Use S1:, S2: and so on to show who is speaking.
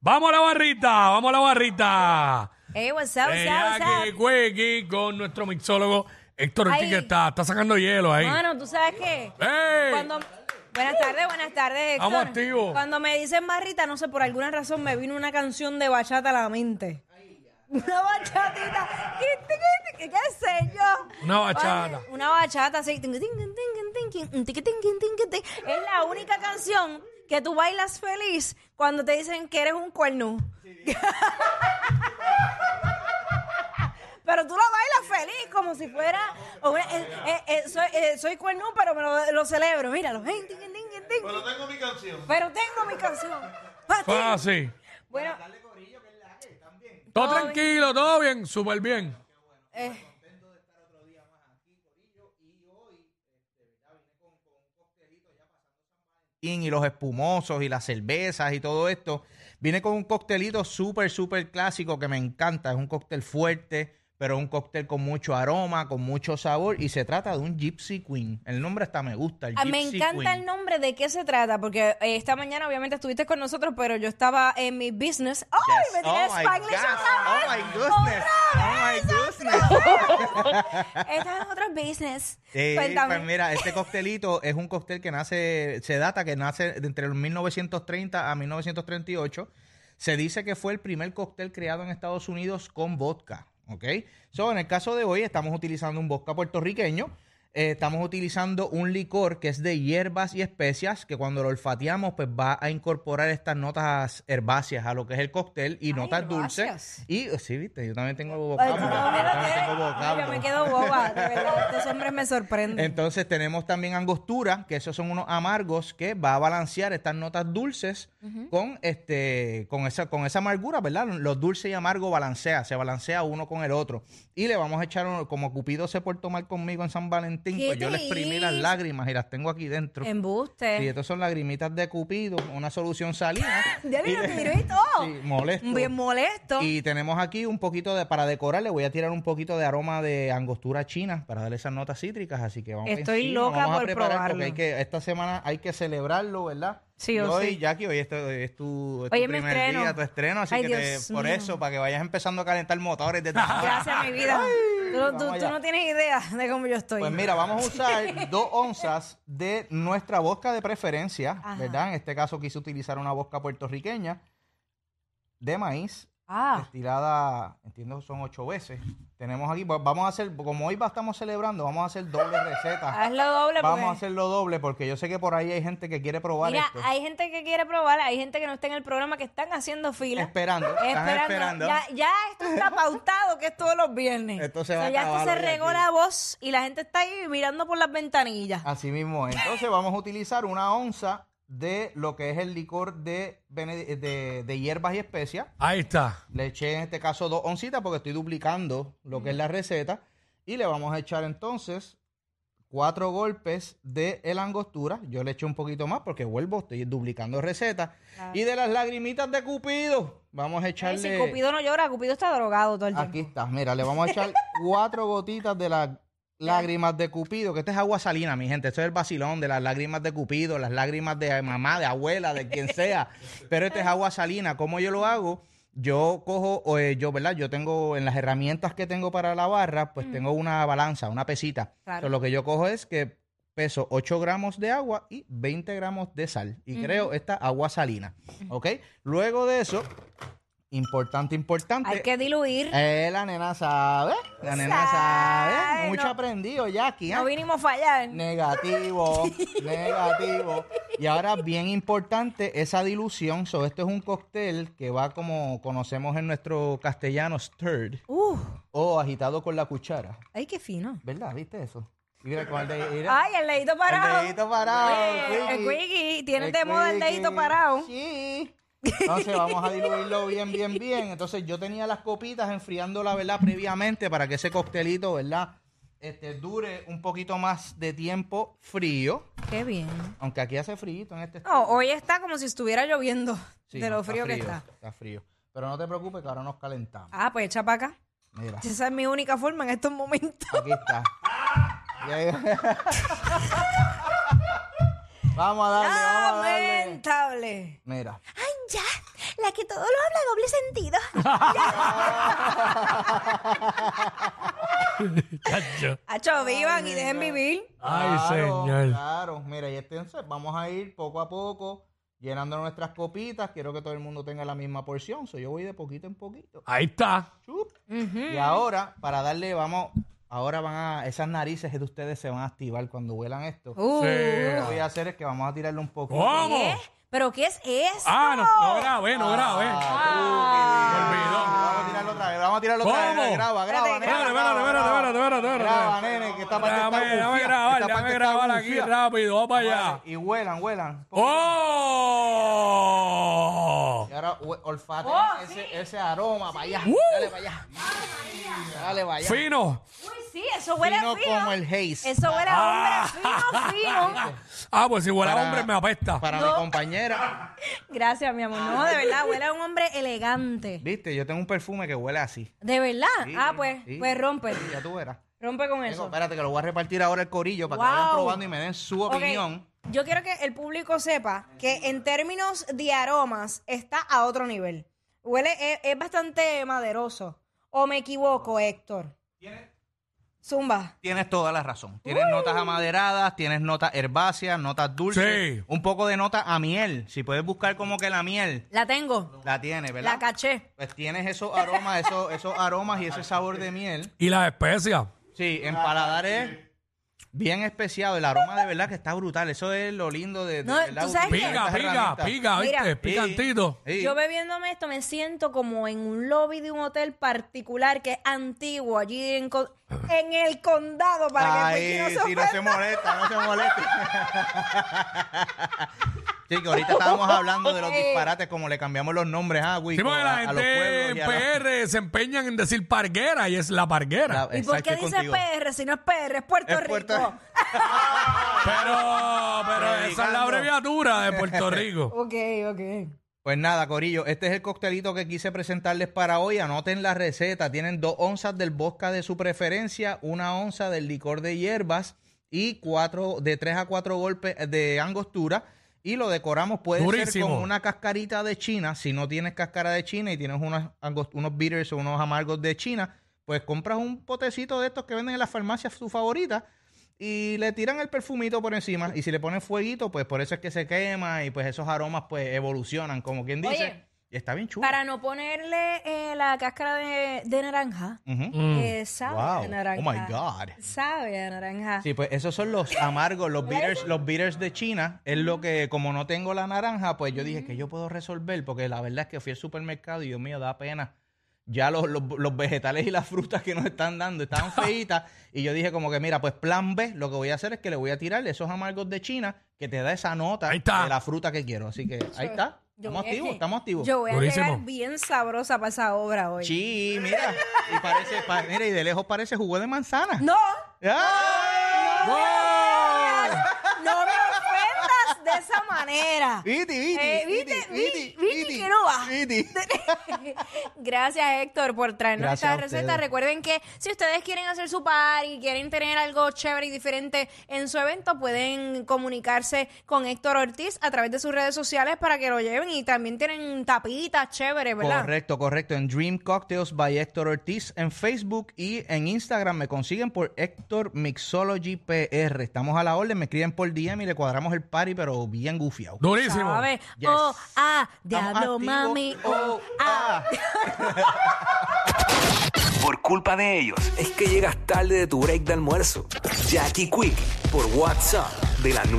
S1: Vamos a la barrita, vamos a la barrita.
S2: Hey, what's up, what's
S1: Eh,
S2: up, what's
S1: ya que
S2: up?
S1: Cuequi con nuestro mixólogo Héctor Ortiz
S2: Ay.
S1: que está, está sacando hielo ahí.
S2: Mano, ¿tú sabes qué?
S1: ¡Ey!
S2: Cuando... Buenas tardes, buenas tardes, Héctor.
S1: Vamos activo.
S2: Cuando me dicen barrita, no sé, por alguna razón me vino una canción de bachata a la mente. Una bachatita. ¿Qué, qué- qué- qué sé yo?
S1: Una bachata.
S2: Oye, Una bachata así. Ting, ting, ting, ting, ting, ting, ting, ting, ting, ting, ting. Es la única canción que tú bailas feliz cuando te dicen que eres un cuerno. Pero tú lo bailas feliz, como si fuera. o una- eh, eh, eh, soy, eh, soy cuernú, pero me lo, lo celebro. Míralo. Ting, ting, ting, ting, ting.
S3: Pero tengo mi canción.
S2: Pero tengo mi canción. Pa' ti.
S1: Fue así.
S2: Bueno, eh,
S1: Todo
S2: Todo
S1: tranquilo, todo bien, súper bien.
S2: eh,
S3: Y los espumosos y las cervezas y todo esto. Viene con un coctelito súper, súper clásico que me encanta. Es un cóctel fuerte, pero un cóctel con mucho aroma, con mucho sabor. Y se trata de un Gypsy Queen. El nombre hasta me gusta. El
S2: ah, me
S3: Gypsy
S2: encanta
S3: Queen.
S2: el nombre de qué se trata, porque eh, esta mañana obviamente estuviste con nosotros, pero yo estaba en mi business. ¡Ay!
S3: Yes.
S2: Me tiré
S3: oh my
S2: Spanglish
S3: gosh.
S2: otra
S3: Oh
S2: vez.
S3: my goodness. Oh my goodness.
S2: Estás en otro business.
S3: Eh,
S2: Cuéntame.
S3: pues mira, este coctelito es un cóctel que nace, se data que nace de entre los 1930 a 1938. Se dice que fue el primer cóctel creado en Estados Unidos con vodka, ¿ok? So, en el caso de hoy estamos utilizando un vodka puertorriqueño, eh, estamos utilizando un licor que es de hierbas y especias que cuando lo olfateamos pues va a incorporar estas notas herbáceas a lo que es el cóctel y
S2: Ay,
S3: notas dulces.
S2: herbáceas.
S3: Y oh, sí, viste, yo también tengo
S2: Ay,
S3: vocablo.
S2: tú Pues, no,
S3: Yo
S2: mira,
S3: también
S2: te-
S3: tengo
S2: Ay, yo
S3: vocablo.
S2: me quedo boba, de verdad. Estos hombres me sorprenden.
S3: Entonces tenemos también angostura, que esos son unos amargos que va a balancear estas notas dulces con este con esa con esa amargura, ¿verdad? Los dulces y amargo balancea, se balancea uno con el otro. Y le vamos a echar un- como Cupido se portó mal conmigo en San Valentín,
S2: ¿Qué
S3: pues yo
S2: te
S3: le exprimí las
S2: hizo? Em,
S3: lágrimas y las tengo aquí dentro.
S2: Embuste.
S3: Y estas son lagrimitas de Cupido, una solución salina.
S2: Ya
S3: Y
S2: lo
S3: le-
S2: tiró y todo.
S3: Sí, molesto.
S2: ¡Oh! Bien molesto.
S3: Y tenemos aquí un poquito de, para decorar, le voy a tirar un poquito de aroma de angostura china para darle esas notas cítricas, así que vamos
S2: Estoy
S3: encima,
S2: loca
S3: vamos a
S2: por
S3: preparar
S2: probarlo.
S3: Porque hay que, esta semana hay que celebrarlo, ¿verdad?
S2: Sí,
S3: Y
S2: o
S3: hoy,
S2: sí.
S3: Jackie, hoy es tu, hoy es tu, es tu
S2: Hoy es mi
S3: primer
S2: estreno.
S3: día, tu estreno, así
S2: Ay,
S3: que te-
S2: Dios
S3: por
S2: mío.
S3: eso, para que vayas empezando a calentar motores desde ahora.
S2: Gracias, mi vida. Tú, no- tú-
S3: vamos
S2: tú
S3: allá.
S2: no tienes idea de cómo yo estoy.
S3: Pues mira, vamos a usar dos onzas de nuestra vodka de preferencia,
S2: Ajá.
S3: ¿verdad? En este caso quise utilizar una vodka puertorriqueña de maíz.
S2: Ah,
S3: estirada, entiendo son ocho veces. Tenemos aquí, va- vamos a hacer, como hoy va- estamos celebrando, vamos a hacer doble receta.
S2: hazlo doble.
S3: ah, Vamos
S2: porque-
S3: a hacerlo doble porque yo sé que por ahí hay gente que quiere probar
S2: pues. Mira,
S3: esto.
S2: hay gente que quiere probar, hay gente que no está en el programa que están haciendo fila.
S3: Esperando, están esperando.
S2: Ya, ya esto está pautado que es todos los viernes.
S3: Esto se va a
S2: ya esto
S3: acabar
S2: se
S3: hoy
S2: regó
S3: aquí.
S2: la voz y la gente está ahí mirando por las ventanillas.
S3: Así mismo. es. Entonces vamos a utilizar una onza de lo que es el licor de, bene- de, de hierbas y especias.
S1: Ahí está.
S3: Le eché en este caso dos oncitas porque estoy duplicando lo que es la receta. Y le vamos a echar entonces cuatro golpes de el angostura. Yo le eché un poquito más porque vuelvo, estoy duplicando receta. Y de las lagrimitas de Cupido, vamos a
S2: Ay, si
S3: echarle...
S2: Cupido no llora, Cupido está drogado todo el
S3: Aquí
S2: tiempo.
S3: está, mira, le vamos a echar cuatro gotitas de las lágrimas de Cupido, que esta es agua salina, mi gente. Esto es el vacilón de las lágrimas de Cupido, las lágrimas de mamá, de abuela, de quien sea. Pero esta es agua salina. ¿Cómo yo lo hago? Yo cojo, o, eh, yo, ¿verdad? Yo tengo en las herramientas que tengo para la barra, pues tengo una balanza, una pesita.
S2: Mm. Claro.
S3: So, lo que yo cojo es que peso 8 gramos de agua y 20 gramos de sal. Y creo esta agua salina. ¿Ok? Luego de eso, importante, importante.
S2: Hay que diluir.
S3: Eh, la nena sabe. La nena
S2: Sabe,
S3: sabe. Mucho
S2: no-
S3: aprendido, Jackie. ¿eh?
S2: no vinimos a fallar.
S3: Negativo, negativo. Y ahora, bien importante, esa dilución. So, esto es un cóctel que va como conocemos en nuestro castellano, stirred
S2: Uf,
S3: o agitado con la cuchara.
S2: ay, qué fino.
S3: ¿Verdad? ¿Viste eso? Mira, con el de- mira,
S2: Ay, el dedito
S3: el
S2: parado.
S3: dedito parado.
S2: Eh, el
S3: Quickie.
S2: Quickie, tiene
S3: El
S2: temor del
S3: quickie.
S2: dedito parado.
S3: Sí. Entonces vamos a diluirlo bien, bien, bien. Entonces yo tenía las copitas enfriando la verdad previamente para que ese coctelito, ¿verdad? Este dure un poquito más de tiempo frío.
S2: Qué bien.
S3: Aunque aquí hace frío en este
S2: No, hoy está como si estuviera lloviendo
S3: Sí,
S2: Oh, de lo frío, que está.
S3: Está frío. Pero no te preocupes que ahora nos calentamos.
S2: Ah, pues echa para acá.
S3: Mira,
S2: Esa es mi única forma en estos momentos.
S3: aquí está. Ya- vamos a darle, vamos a darle.
S2: Lamentable.
S3: Mira.
S2: Ya,
S4: la que todo lo habla doble sentido.
S1: Chacho.
S2: Hacho, vivan y dejen vivir.
S1: Ay,
S3: Claro,
S1: señor.
S3: Claro, mira, y entonces vamos a ir poco a poco llenando nuestras copitas. Quiero que todo el mundo tenga la misma porción. So, yo voy de poquito en poquito.
S1: Ahí está.
S3: Chup. Y ahora, para darle, vamos, ahora van a, esas narices de ustedes se van a activar cuando huelan esto.
S2: Uh,
S3: Lo que
S1: Sí.
S3: voy a hacer es que vamos a tirarle un poquito.
S1: ¿Cómo?
S2: ¿qué? ¿Pero qué es eso?
S1: Ah, no, no grabé, no grabé.
S2: Ah.
S3: Ah. Vamos a tirarlo otra vez, vamos a tirarlo otra
S1: ¿Cómo?
S3: vez. Graba, graba,
S2: Espérate,
S3: nene,
S1: Espérate,
S3: graba,
S1: espérate, espérate,
S3: graba.
S1: espérate, espérate, espérate.
S3: Graba, nene, que esta parte
S1: Dame,
S3: está
S1: dame
S3: gufía,
S1: grabar, dame
S3: esta parte está
S1: grabar aquí
S3: gufía.
S1: rápido, vamos para allá.
S3: Vale, Y huelan, huelan.
S1: ¡Oh!
S3: Y ahora hue- olfateen
S2: Oh,
S3: ese, ese aroma, para allá.
S1: ¡Uh!
S3: Dale para allá. Dale para allá.
S1: ¡Fino!
S2: Uy, sí, eso huele
S3: Fino
S2: fino.
S3: como el haze.
S2: Eso huele a
S1: Ah.
S2: hombre fino, fino.
S1: Ah, pues si huele a
S3: Para-
S1: hombre me apesta.
S3: Para
S2: No.
S3: mi compañera.
S2: Gracias, mi amor. No, de verdad, huele a un hombre elegante.
S3: Viste, yo tengo un perfume que huele así.
S2: ¿De verdad?
S3: Sí,
S2: ah, pues,
S3: sí.
S2: pues rompe.
S3: Sí, Ya tú verás.
S2: Rompe con
S3: Tengo-
S2: eso.
S3: espérate, que lo voy a repartir ahora el corillo para que
S2: Wow.
S3: vayan probando y me den su
S2: Ok,
S3: opinión.
S2: Yo quiero que el público sepa que en términos de aromas está a otro nivel. Huele, es, es bastante maderoso. ¿O me equivoco, Héctor? Zumba.
S3: Tienes toda la razón. Tienes notas amaderadas, tienes notas herbáceas, notas dulces.
S1: Sí.
S3: Un poco de nota a miel. Si puedes buscar como que la miel,
S2: La tengo.
S3: la tienes, ¿verdad?
S2: La caché.
S3: Pues tienes esos aromas, esos, esos aromas y ese sabor de miel.
S1: Y las especias.
S3: Sí, en paladar es bien especiado. El aroma de verdad que está brutal. Eso es lo lindo de, de
S2: No,
S3: verdad,
S2: ¿tú sabes qué?
S3: utilizar
S1: Pica,
S3: estas
S1: pica,
S3: herramientas.
S1: pica,
S2: Mira.
S1: ¿viste? Picantito.
S3: Sí.
S2: Yo bebiéndome esto me siento como en un lobby de un hotel particular que es antiguo, allí en, con- en el condado, para que
S3: Ah. Ay,
S2: el
S3: sí, no se molesta, no se molesta. Sí, que ahorita estábamos hablando de los
S2: Ey.
S3: disparates, como le cambiamos los nombres a Wico,
S1: Sí, porque la
S3: a, a los
S1: gente
S3: pueblos.
S1: en
S3: y a la-
S1: PR se empeñan en decir parguera y es la parguera.
S3: la-
S2: ¿Y por
S3: exacto,
S2: qué
S3: y
S2: dice
S3: contigo.
S2: PR si no es PR? Es Puerto
S3: Es Puerto-
S2: Rico.
S1: Pero, pero esa es la
S3: Predicando.
S1: abreviatura de Puerto Rico.
S2: Ok, ok.
S3: Pues nada, Corillo, este es el coctelito que quise presentarles para hoy. Anoten la receta. Tienen dos onzas del vodka de su preferencia, una onza del licor de hierbas y cuatro, de tres a cuatro golpes eh, de angostura. Y lo decoramos, puede ser
S1: Durísimo.
S3: con una cascarita de China. Si no tienes cascara de China y tienes unos, angost- unos bitters o unos amargos de China, pues compras un potecito de estos que venden en las farmacias tu favorita y le tiran el perfumito por encima y si le ponen fueguito, pues por eso es que se quema y pues esos aromas pues evolucionan, como quien dice.
S2: Oye,
S3: y está bien chulo.
S2: Para no ponerle eh, la cáscara de, de naranja,
S3: Ujú.
S1: Mm.
S2: eh, sabe a
S3: Mm. Wow.
S2: naranja.
S3: Oh my god.
S2: Sabe a naranja.
S3: Sí, pues esos son los amargos, los bitters, los bitters de China. Es lo que, como no tengo la naranja, pues yo dije que yo puedo resolver, porque la verdad es que fui al supermercado y Dios mío, da pena. Ya los, los- los vegetales y las frutas que nos están dando estaban feitas. y yo dije como que, mira, pues plan B, lo que voy a hacer es que le voy a tirar esos amargos de China que te da esa nota
S1: Ahí está.
S3: de la fruta que quiero. Así que ahí está.
S2: Yo
S3: Estamos
S2: voy a-
S3: activos, estamos activos.
S2: Yo voy a
S1: Durísimo.
S2: llegar bien sabrosa para esa obra hoy.
S3: Sí, mira. Y parece, pa- mira, y de lejos parece jugo de manzana.
S2: No,
S3: ¡Ah!
S2: eh,
S1: ¡Wow!
S2: no me ofendas de esa manera.
S3: Iti, iti,
S2: Eh,
S3: iti,
S2: viste,
S3: iti,
S2: vi- viste
S3: iti,
S2: que no va.
S3: iti.
S2: Gracias, Héctor, por traernos
S3: Gracias a
S2: esta
S3: ustedes.
S2: receta. Recuerden que si ustedes quieren hacer su party, quieren tener algo chévere y diferente en su evento, pueden comunicarse con Héctor Ortiz a través de sus redes sociales para que lo lleven. Y también tienen tapitas chéveres, ¿verdad?
S3: Correcto, correcto. En Dream Cocktails by Héctor Ortiz en Facebook y en Instagram me consiguen por Héctor Mixology PR. Estamos a la orden, me escriben por DM y le cuadramos el party, pero bien gufiado.
S1: Durísimo.
S2: ¿Sabes?
S3: Yes.
S2: Oh, ah, diablo,
S3: Estamos activos.
S2: mami. Oh, ah.
S5: Por culpa de ellos es que llegas tarde de tu break de almuerzo. Jackie Quick por WhatsApp de la 9.